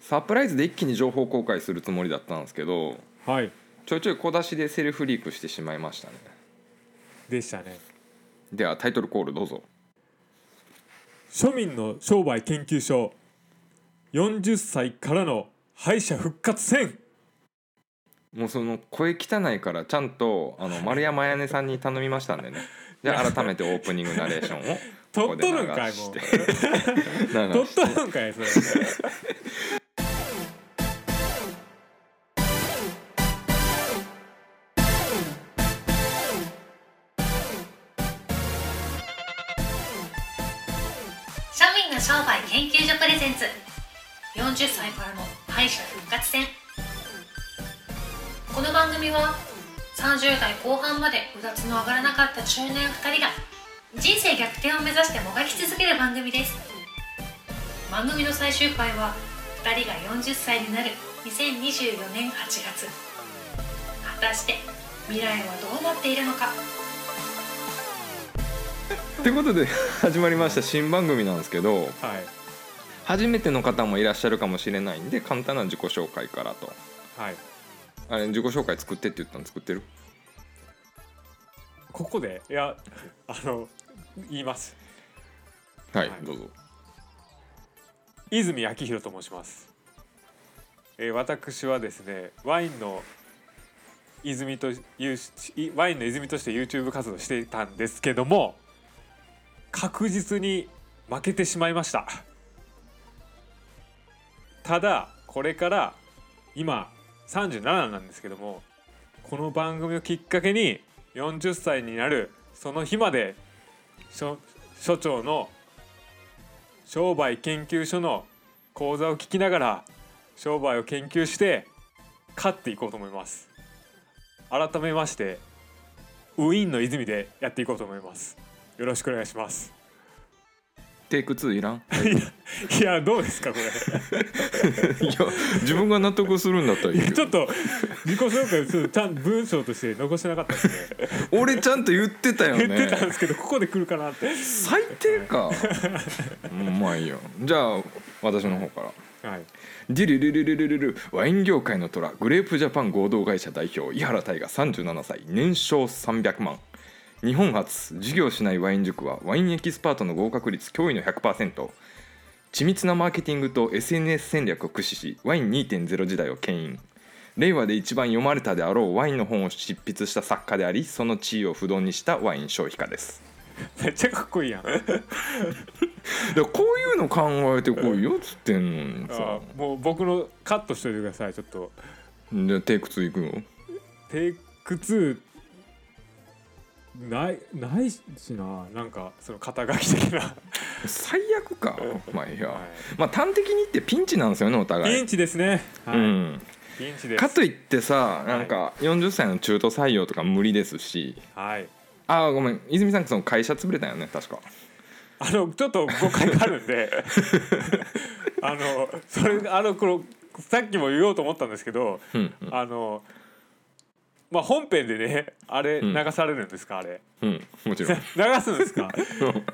サプライズで一気に情報公開するつもりだったんですけどはいちょいちょい小出しでセルフリークしてしまいましたねでしたねではタイトルコールどうぞ庶民の商売研究所40歳からの敗者復活戦もうその声汚いからちゃんとあの丸山彩音さんに頼みましたんでねじゃあ改めてオープニングナレーションを取ここっでと流るんかいもしうて取流っしとるんかいそれ庶民の商売研究所プレゼンツ40歳からの敗者復活戦この番組は30代後半までうだつの上がらなかった中年2人が人生逆転を目指してもがき続ける番組です番組の最終回は2人が40歳になる2024年8月果たして未来はどうなっているのかてということで始まりました新番組なんですけどはい初めての方もいらっしゃるかもしれないんで簡単な自己紹介からとはいあれ自己紹介作ってって言ったの作ってるここでいやあの言いますはい、はいどうぞ泉明弘と申します、えー私はですねワインの泉といういワインの泉として YouTube 活動していたんですけども確実に負けてしまいましたただこれから今37なんですけどもこの番組をきっかけに40歳になるその日まで所所長の商売研究所の講座を聞きながら商売を研究して勝っていこうと思います改めましてウィーンの泉でやっていこうと思いますよろしくお願いしますテイク2いらんいやどうですかこれ いや自分が納得するんだったらいいよちょっと自己紹介をちょっとちゃん文章として残してなかったですね俺ちゃんと言ってたよね言ってたんですけどここで来るかなって最低かうんまあいいよじゃあ私の方からはいディルルルルルルルワイン業界の虎グレープジャパン合同会社代表井原大我37歳年商300万日本初事業しないワイン塾はワインエキスパートの合格率驚異の100%緻密なマーケティングと SNS 戦略を駆使しワイン2.0時代を牽引令和で一番読まれたであろうワインの本を執筆した作家でありその地位を不動にしたワイン消費家ですめっちゃかっこいいやんあだからこういうの考えてこいよっつってんのにさーもう僕のカットしといてくださいちょっとじゃあテイク2いくのテイク2ないないしななんかその肩書き的な、最悪かまあいいやはまあ端的に言ってピンチなんですよねおい、互ピいンチですね、はいうんピンチですかといってさなんか40歳の中途採用とか無理ですしはいあーごめん泉さんその会社潰れたよね確かあのちょっと誤解があるんで あのそれあのこのさっきも言おうと思ったんですけどうんあのまあ本編でねあれうん流されるんですか、あれうんもちろん 流すんで すか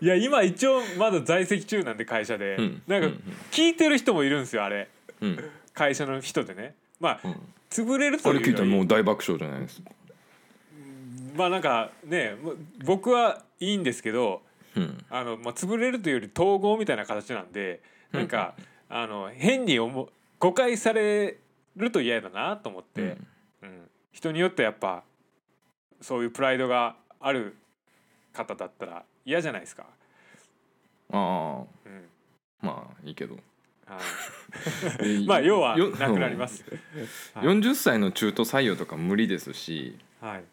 いや今一応まだ在籍中なんで会社で、うんなんかうんうん聞いてる人もいるんですよあれうん会社の人でねまあ、うん潰れるあといれう聞いたよらりもう大爆笑じゃないですかまあなんかねもう僕はいいんですけどうんあの、まあ、潰れるというより統合みたいな形なんでなんか、あの変に思う誤解されると嫌だなと思って、うん人によってやっぱそういうプライドがある方だったら嫌じゃないですか。あうんあまあいいけどはい まあ要はなくなりま、す。うん40歳の中途採用とか無理ですしはい、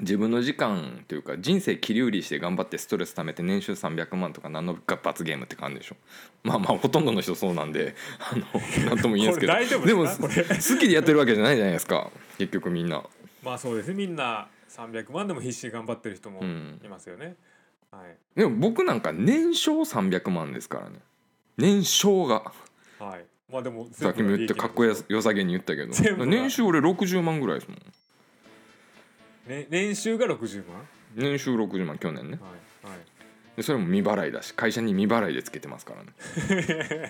自分の時間というか人生切り売りして頑張ってストレス貯めて年収300万とか何のか罰ゲームって感じでしょまあまあほとんどの人そうなんで あの何とも言えんすけどこれ大丈夫ででもすかこれ好きでやってるわけじゃないじゃないですか結局みんなまあそうですねみんな300万でも必死に頑張ってる人もうんいますよね。はいでも僕なんか年商300万ですからね年商がはい。まあでもさっきも言ってかっこよす。さげに言ったけ全部どが年収俺60万ぐらいですもんね年収が60万。年収60万去年ねはいはい。でそれも未払い だし会社に未払いでつけてますからね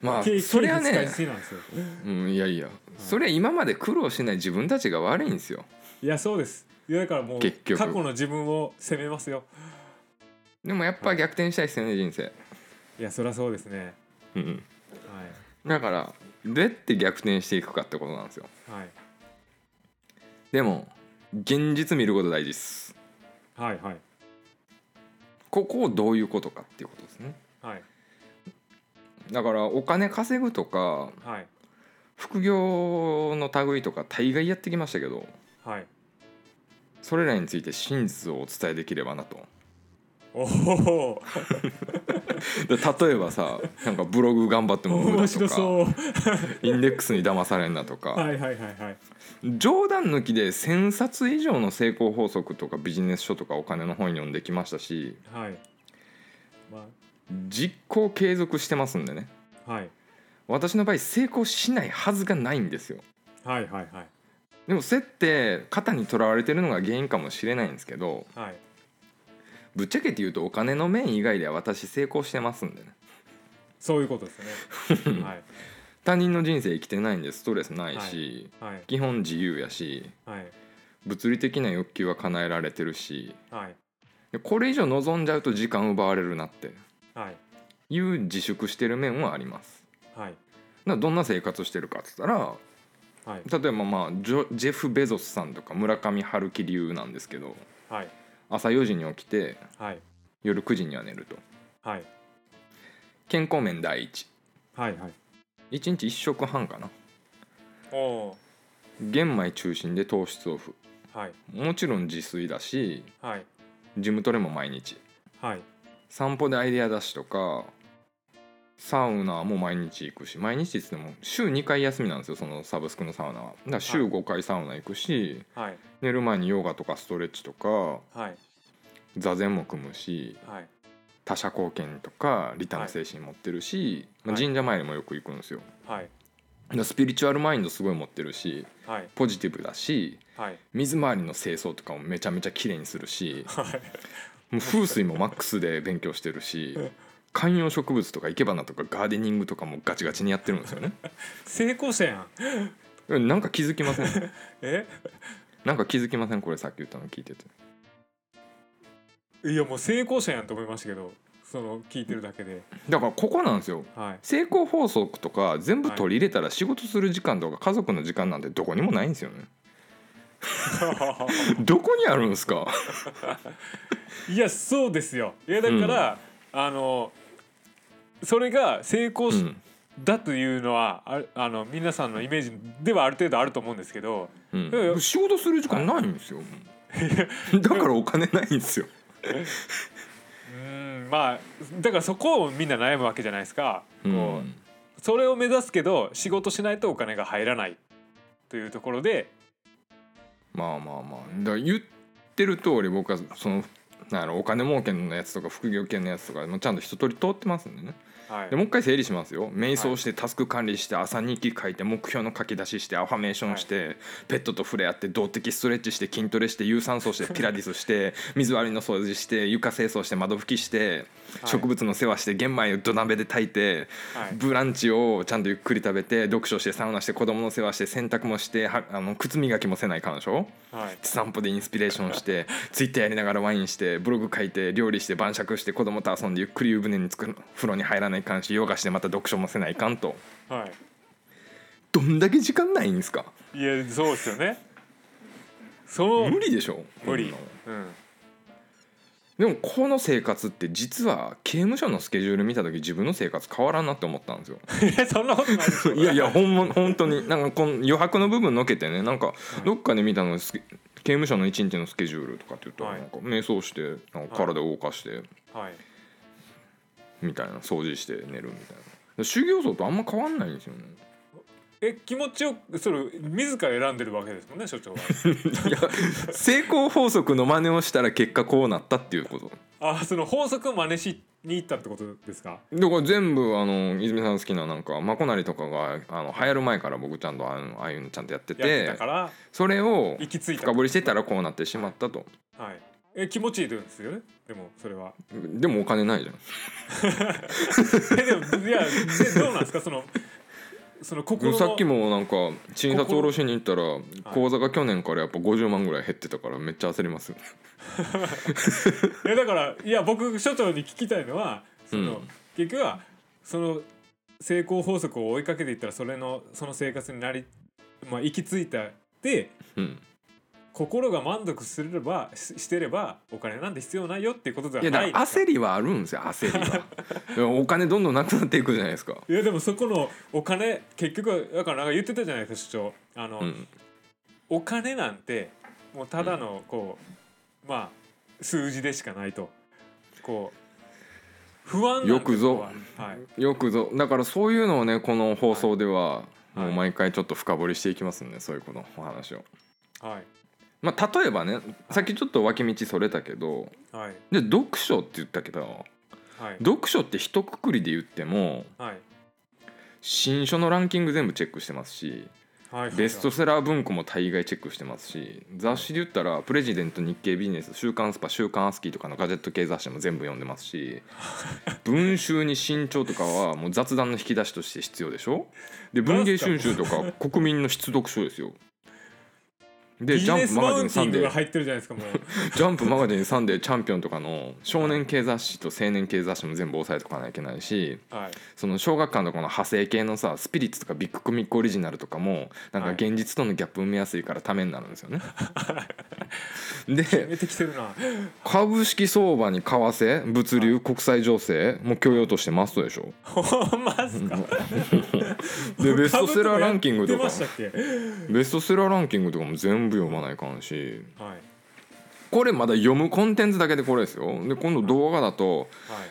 まあ経費そりゃ使いね、すぎなんですようん、いやいやそれ今まで苦労しない自分たちが悪いんですよいやそうですいやだからもう過結去局の自分を責めますよでもやっぱ逆転したいですよね人生、いやそりゃそうですねうん、はだからどうやって逆転していくかってことなんですよいはいでも現実見ること大事ですはいはいここをどういうことかっていうことですねはいだからお金稼ぐとかはい副業の類とか大概やってきましたけどはいそれらについて真実をお伝えできればなとおおで例えば さなんかブログ頑張っても無面駄と白かそうインデックスに騙されんなとか、はいはいはいはい冗談抜きで1,000冊以上の成功法則とかビジネス書とかお金の本読んできましたしはいま実行継続してますんでねあはい私の場合成功しないはずがないんですよはいはいはいでもそれって肩にとらわれてるのが原因かもしれないんですけどはいぶっちゃけて言うとお金の面以外では私成功してますんでねそういうことです ねはい他人の人生生きてないんでストレスないし、はい基本自由やしはい物理的な欲求は叶えられてるしはいでこれ以上望んじゃうと時間奪われるなってはいいう自粛してる面はありますはいだからどんな生活してるかっつったらはい例えばまあジョジェフ・ベゾスさんとか村上春樹流なんですけどはい朝4時に起きてはい夜9時には寝るとはい健康面第一はいはい1日1食半かなおお玄米中心で糖質オフはいもちろん自炊だしはいジムトレも毎日はい散歩でアイデア出しとかサウナも毎日行くし毎日っつっても週2回休みなんですよそのサブスクのサウナはだから週5回サウナ行くし、はい寝る前にヨガとかストレッチとかはい座禅も組むしはい他者貢献とか利他の精神持ってるし、まあ、神社参りもよく行くんですよ、はいでスピリチュアルマインドすごい持ってるしはいポジティブだしはい水回りの清掃とかもめちゃめちゃ綺麗にするしもう風水もマックスで勉強してるし観葉植物とか生け花とかガーデニングとかもガチガチにやってるんですよね成功者やんうんなんか気づきませんえなんか気づきませんこれさっき言ったの聞いてていやもう成功者やんと思いましたけどその聞いてるだけでだからここなんですよはい成功法則とか全部取り入れたら仕事する時間とか家族の時間なんてどこにもないんです よねどこにあるんですかいやそうですよいやだから、あのそれが成功うし、ん、だというのはああの皆さんのイメージではある程度あると思うんですけどうんいやいや仕事する時間ないんですよだからお金ないんですようーんまあだからそこをみんな悩むわけじゃないですか。こううんそれを目指すけど仕事しないとお金が入らないというところでまあまあまあだから言ってる通り僕はそのなんやろお金儲けのやつとか副業系のやつとかもちゃんと一通り通ってますんでねはいでもう一回整理しますよ瞑想してタスク管理して朝日記書いて目標の書き出ししてアファメーションして、ペットと触れ合って動的ストレッチして筋トレして有酸素してピラティスして 水割りの掃除して床清掃して窓拭きして、はい植物の世話して玄米を土鍋で炊いて、はいブランチをちゃんとゆっくり食べて読書してサウナして子供の世話して洗濯もしてはあの靴磨きもせないかんでしょはい散歩でインスピレーションしてツイッターやりながらワインしてブログ書いて料理して晩酌して子供と遊んでゆっくり湯船につく風呂に入らないかんしヨガしてまた読書もせないかんとはどんだけ時間ないんですかいいやそうですよねその無理でしょ無理こんなのうんでもこの生活って実は刑務所のスケジュール見た時自分の生活変わらんなって思ったんですよいやそんな ことないですよいやいや ほんま本当になんかこの余白の部分のけてねなんかどっかで見たのスケ刑務所の一日のスケジュールとかって言ったらはいなんか瞑想してなんか体を動かしてはいみたいな掃除して寝るみたいな修行僧とあんま変わんないんですよねえ気持ちよくそれ自ら選んでるわけですもんね所長はいや成功法則の真似をしたら結果こうなったっていうことあその法則を真似しに行ったってことですかだから全部あの泉さん好きななんかまこなりとかがあの流行る前から僕ちゃんとああいうのああいうのちゃんとやってやっててたからそれを行き着いた深掘りしてたらこうなってしまったとはいえ気持ちいいですよねでもそれはでもお金ないじゃんえでもいやでどうなんですかそのその心のさっきもなんか診察下ろしに行ったら口座が去年からやっぱ50万ぐらい減ってたからめっちゃ焦りますよえだからいや僕所長に聞きたいのはその、うん結局はその成功法則を追いかけていったらそれのその生活になり、まあ、行き着いたでうん心が満足すればししてればお金なんて必要ないよっていうことでいやはだなかいら焦りはあるんですよ焦りは でもお金どんどんなくなっていくじゃないですかいやでもそこのお金結局はだからなんか言ってたじゃないですか所長あの、うんお金なんてもうただのこう、まあ数字でしかないとこう不安なんてよくぞことははい、よくぞだからそういうのをねこの放送でははいもう毎回ちょっと深掘りしていきますんでそういうこのお話を。はいまあ、例えばねさっきちょっと脇道それたけどはいで読書って言ったけどはい読書って一括りで言ってもはい新書のランキング全部チェックしてますしはいベストセラー文庫も大概チェックしてますし雑誌で言ったら「プレジデント日経ビジネス」「週刊スパ」「週刊アスキー」とかのガジェット系雑誌も全部読んでますし文集に「新潮」とかはもう雑談の引き出しとして必要でしょで文芸春秋とか国民の必読書ですよ。でビジジャネンプスママガジウンンテサィンンデグーが入ってるじゃないですかもう ジャンプマガジンサンデーチャンピオンとかの少年系雑誌と青年系雑誌も全部押さえとかなきゃいけないしはいその小学館のこの派生系のさスピリッツとかビッグコミックオリジナルとかもなんかはい現実とのギャップ埋めやすいからためになるんですよ ね。決でめてきてるな 株式相場に為替物流国際情勢もう教養としてマストでしょ。ほんまっすか でベストセラーランキングとやかってましたっベストセラーランキングとかも全部読まないかんしけはいはいこれまだ読むコンテンツだけでこれですよ。で今度動画だと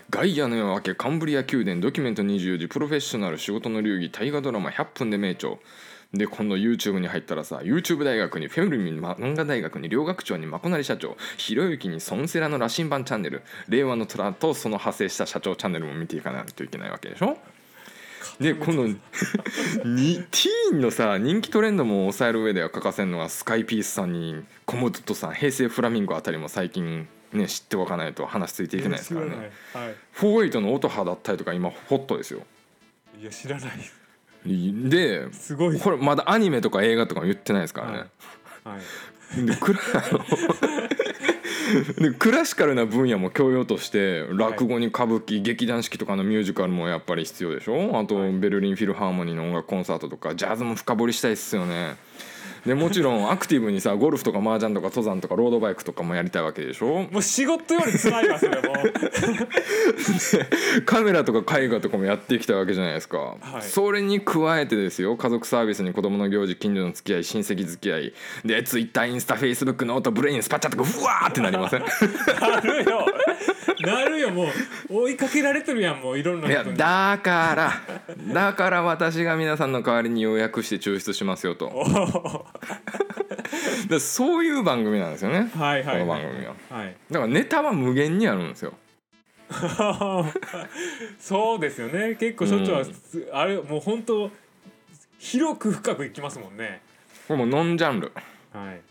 ガイアの夜明けカンブリア宮殿ドキュメント24時プロフェッショナル仕事の流儀大河ドラマ100分で名著で今度 YouTube に入ったらさ YouTube 大学にフェルミン漫画大学に両学長にまこなり社長ひろゆきにソンセラの羅針盤チャンネル令和の虎とその派生した社長チャンネルも見ていかないといけないわけでしょでこのにティーンのさ人気トレンドも抑える上では欠かせんのがスカイピースさんにコモドットさん平成フラミンゴあたりも最近ね知っておかないと話ついていけないですからね。はい、は48の音派だったりとか今ホットですよい、いや知らないですごいこれまだアニメとか映画とかも言ってないですからね、はいでクラ あのでクラシカルな分野も教養として落語に歌舞伎、劇団四季とかのミュージカルもやっぱり必要でしょあと、はいベルリンフィルハーモニーの音楽コンサートとかジャズも深掘りしたいっすよねでもちろんアクティブにさゴルフとか麻雀とか登山とかロードバイクとかもやりたいわけでしょもう仕事より辛いわそれもうカメラとか絵画とかもやってきたわけじゃないですか、はいそれに加えてですよ家族サービスに子供の行事近所の付き合い親戚付き合いでツイッターインスタフェイスブックノートブレインスパチャとかふわーってなりま せんなるよなるよもう追いかけられてるやんもういろんないこやとにだからだから私が皆さんの代わりに要約して抽出しますよとおーでそういう番組なんですよねはいはいこのは番い組ははいだからネタは無限にあるんですよそうですよね結構所長は、うんあれもう本当広く深くいきますもんねこれもうノンジャンルはい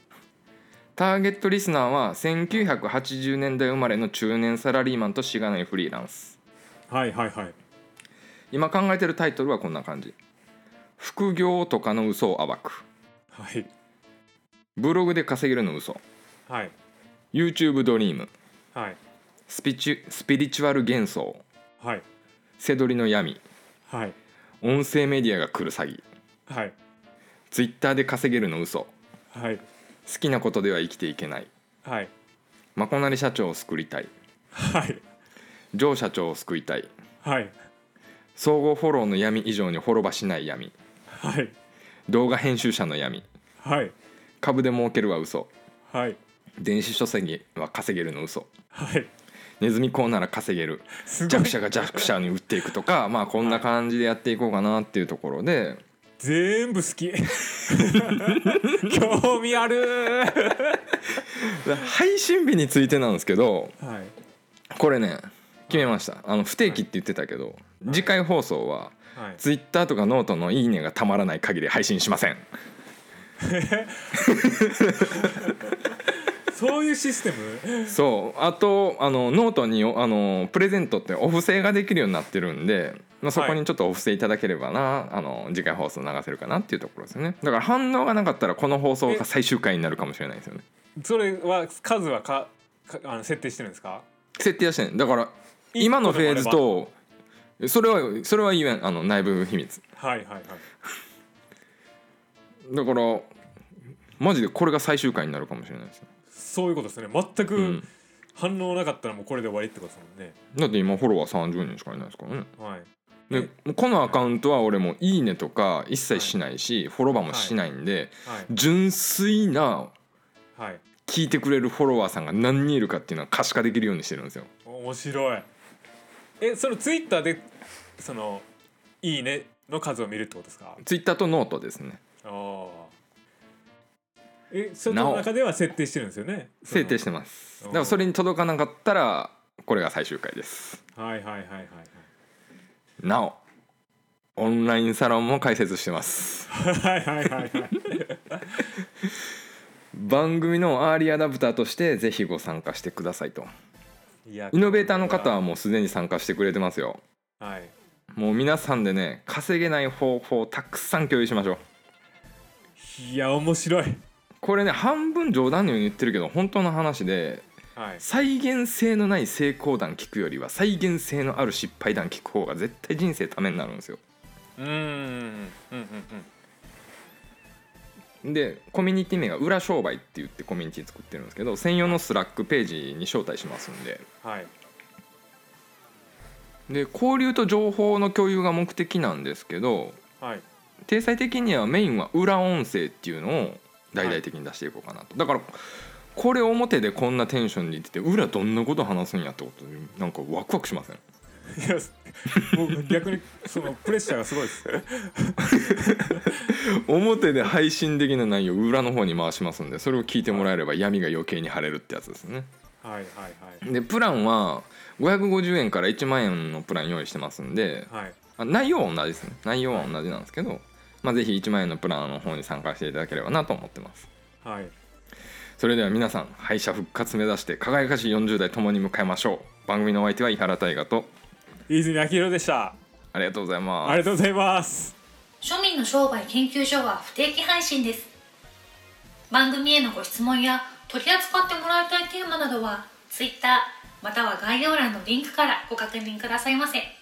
ターゲットリスナーは1980年代生まれの中年サラリーマンとしがないフリーランスはいはいはい今考えてるタイトルはこんな感じ副業とかの嘘を暴くはいブログで稼げるの嘘はい YouTube ドリームはいスピチュスピリチュアル幻想はい背取りの闇はい音声メディアが来る詐欺はい Twitter で稼げるの嘘好はいきなことでは生きていけないはいまこなり社長を救いたいはい上社長を救いたいはい総合フォローの闇以上に滅ばしない闇はい動画編集者の闇はい株で儲けるは嘘はい電子書籍は稼げるの嘘はいネズミ講なら稼げるすごい弱者が弱者に打っていくとか まあこんな感じでやっていこうかなっていうところで全部好き興味ある配信日についてなんですけどはいこれね決めましたあの不定期って言ってたけど次回放送ははい Twitter とかノートの「いいね」がたまらない限り配信しませんそういうシステムそうあとあのノートにあのプレゼントってお布施ができるようになってるんで、まあ、そこにちょっとお布施いただければな、あの次回放送流せるかなっていうところですよねだから反応がなかったらこの放送が最終回になるかもしれないですよねそれは数はかかあの設定してるんですか設定はしてないだから今のフェーズとそれはそれは言えんあの内部秘密はいはいはいだからマジでこれが最終回になるかもしれないですね、そういうことですね全うくん、反応なかったらもうこれで終わりってことですもんねだって今フォロワー30人しかいないですからねはいでえもうこのアカウントは俺も「いいね」とか一切しないし、フォロワーもしないんで、純粋なはいはい聞いてくれるフォロワーさんが何人いるかっていうのは可視化できるようにしてるんですよ面白いえそのツイッターでその「いいね」の数を見るってことですかツイッターとノートですねああえその中では設定してるんですよね制定しててますうんだからそれに届かなかったらこれが最終回ですはいはいはいはいはいなおオンラインサロンも開設してますはいはいはいはい番組のアーリーアダプターとしてぜひご参加してくださいといや イノベーターの方はもうすでに参加してくれてますよはいもう皆さんでね稼げない方法をたくさん共有しましょういや面白いこれね半分冗談のように言ってるけど本当の話ではい再現性のない成功談聞くよりは再現性のある失敗談聞く方が絶対人生ためになるんですようーんうんうんうんでコミュニティ名が「裏商売」って言ってコミュニティ作ってるんですけど専用のスラックページに招待しますんではいで交流と情報の共有が目的なんですけどはい体裁的にはメインは裏音声っていうのを大々的に出していこうかなと、だからこれ表でこんなテンションで言ってて裏どんなこと話すんやってことでなんかワクワクしませんいや僕逆にそのプレッシャーがすごいです表で配信できない内容を裏の方に回しますんでそれを聞いてもらえれば闇が余計に晴れるってやつですねはいはいでプランは550円から1万円のプラン用意してますんではいはいあ内容は同じですね内容は同じなんですけど、まあ、ぜひ1万円のプランの方に参加していただければなと思ってますはいそれでは皆さん敗者復活目指して輝かしい40代共に迎えましょう番組のお相手は井原大河と泉明宏でしたありがとうございますありがとうございます庶民の商売研究所は不定期配信です番組へのご質問や取り扱ってもらいたいテーマなどは Twitter または概要欄のリンクからご確認くださいませ。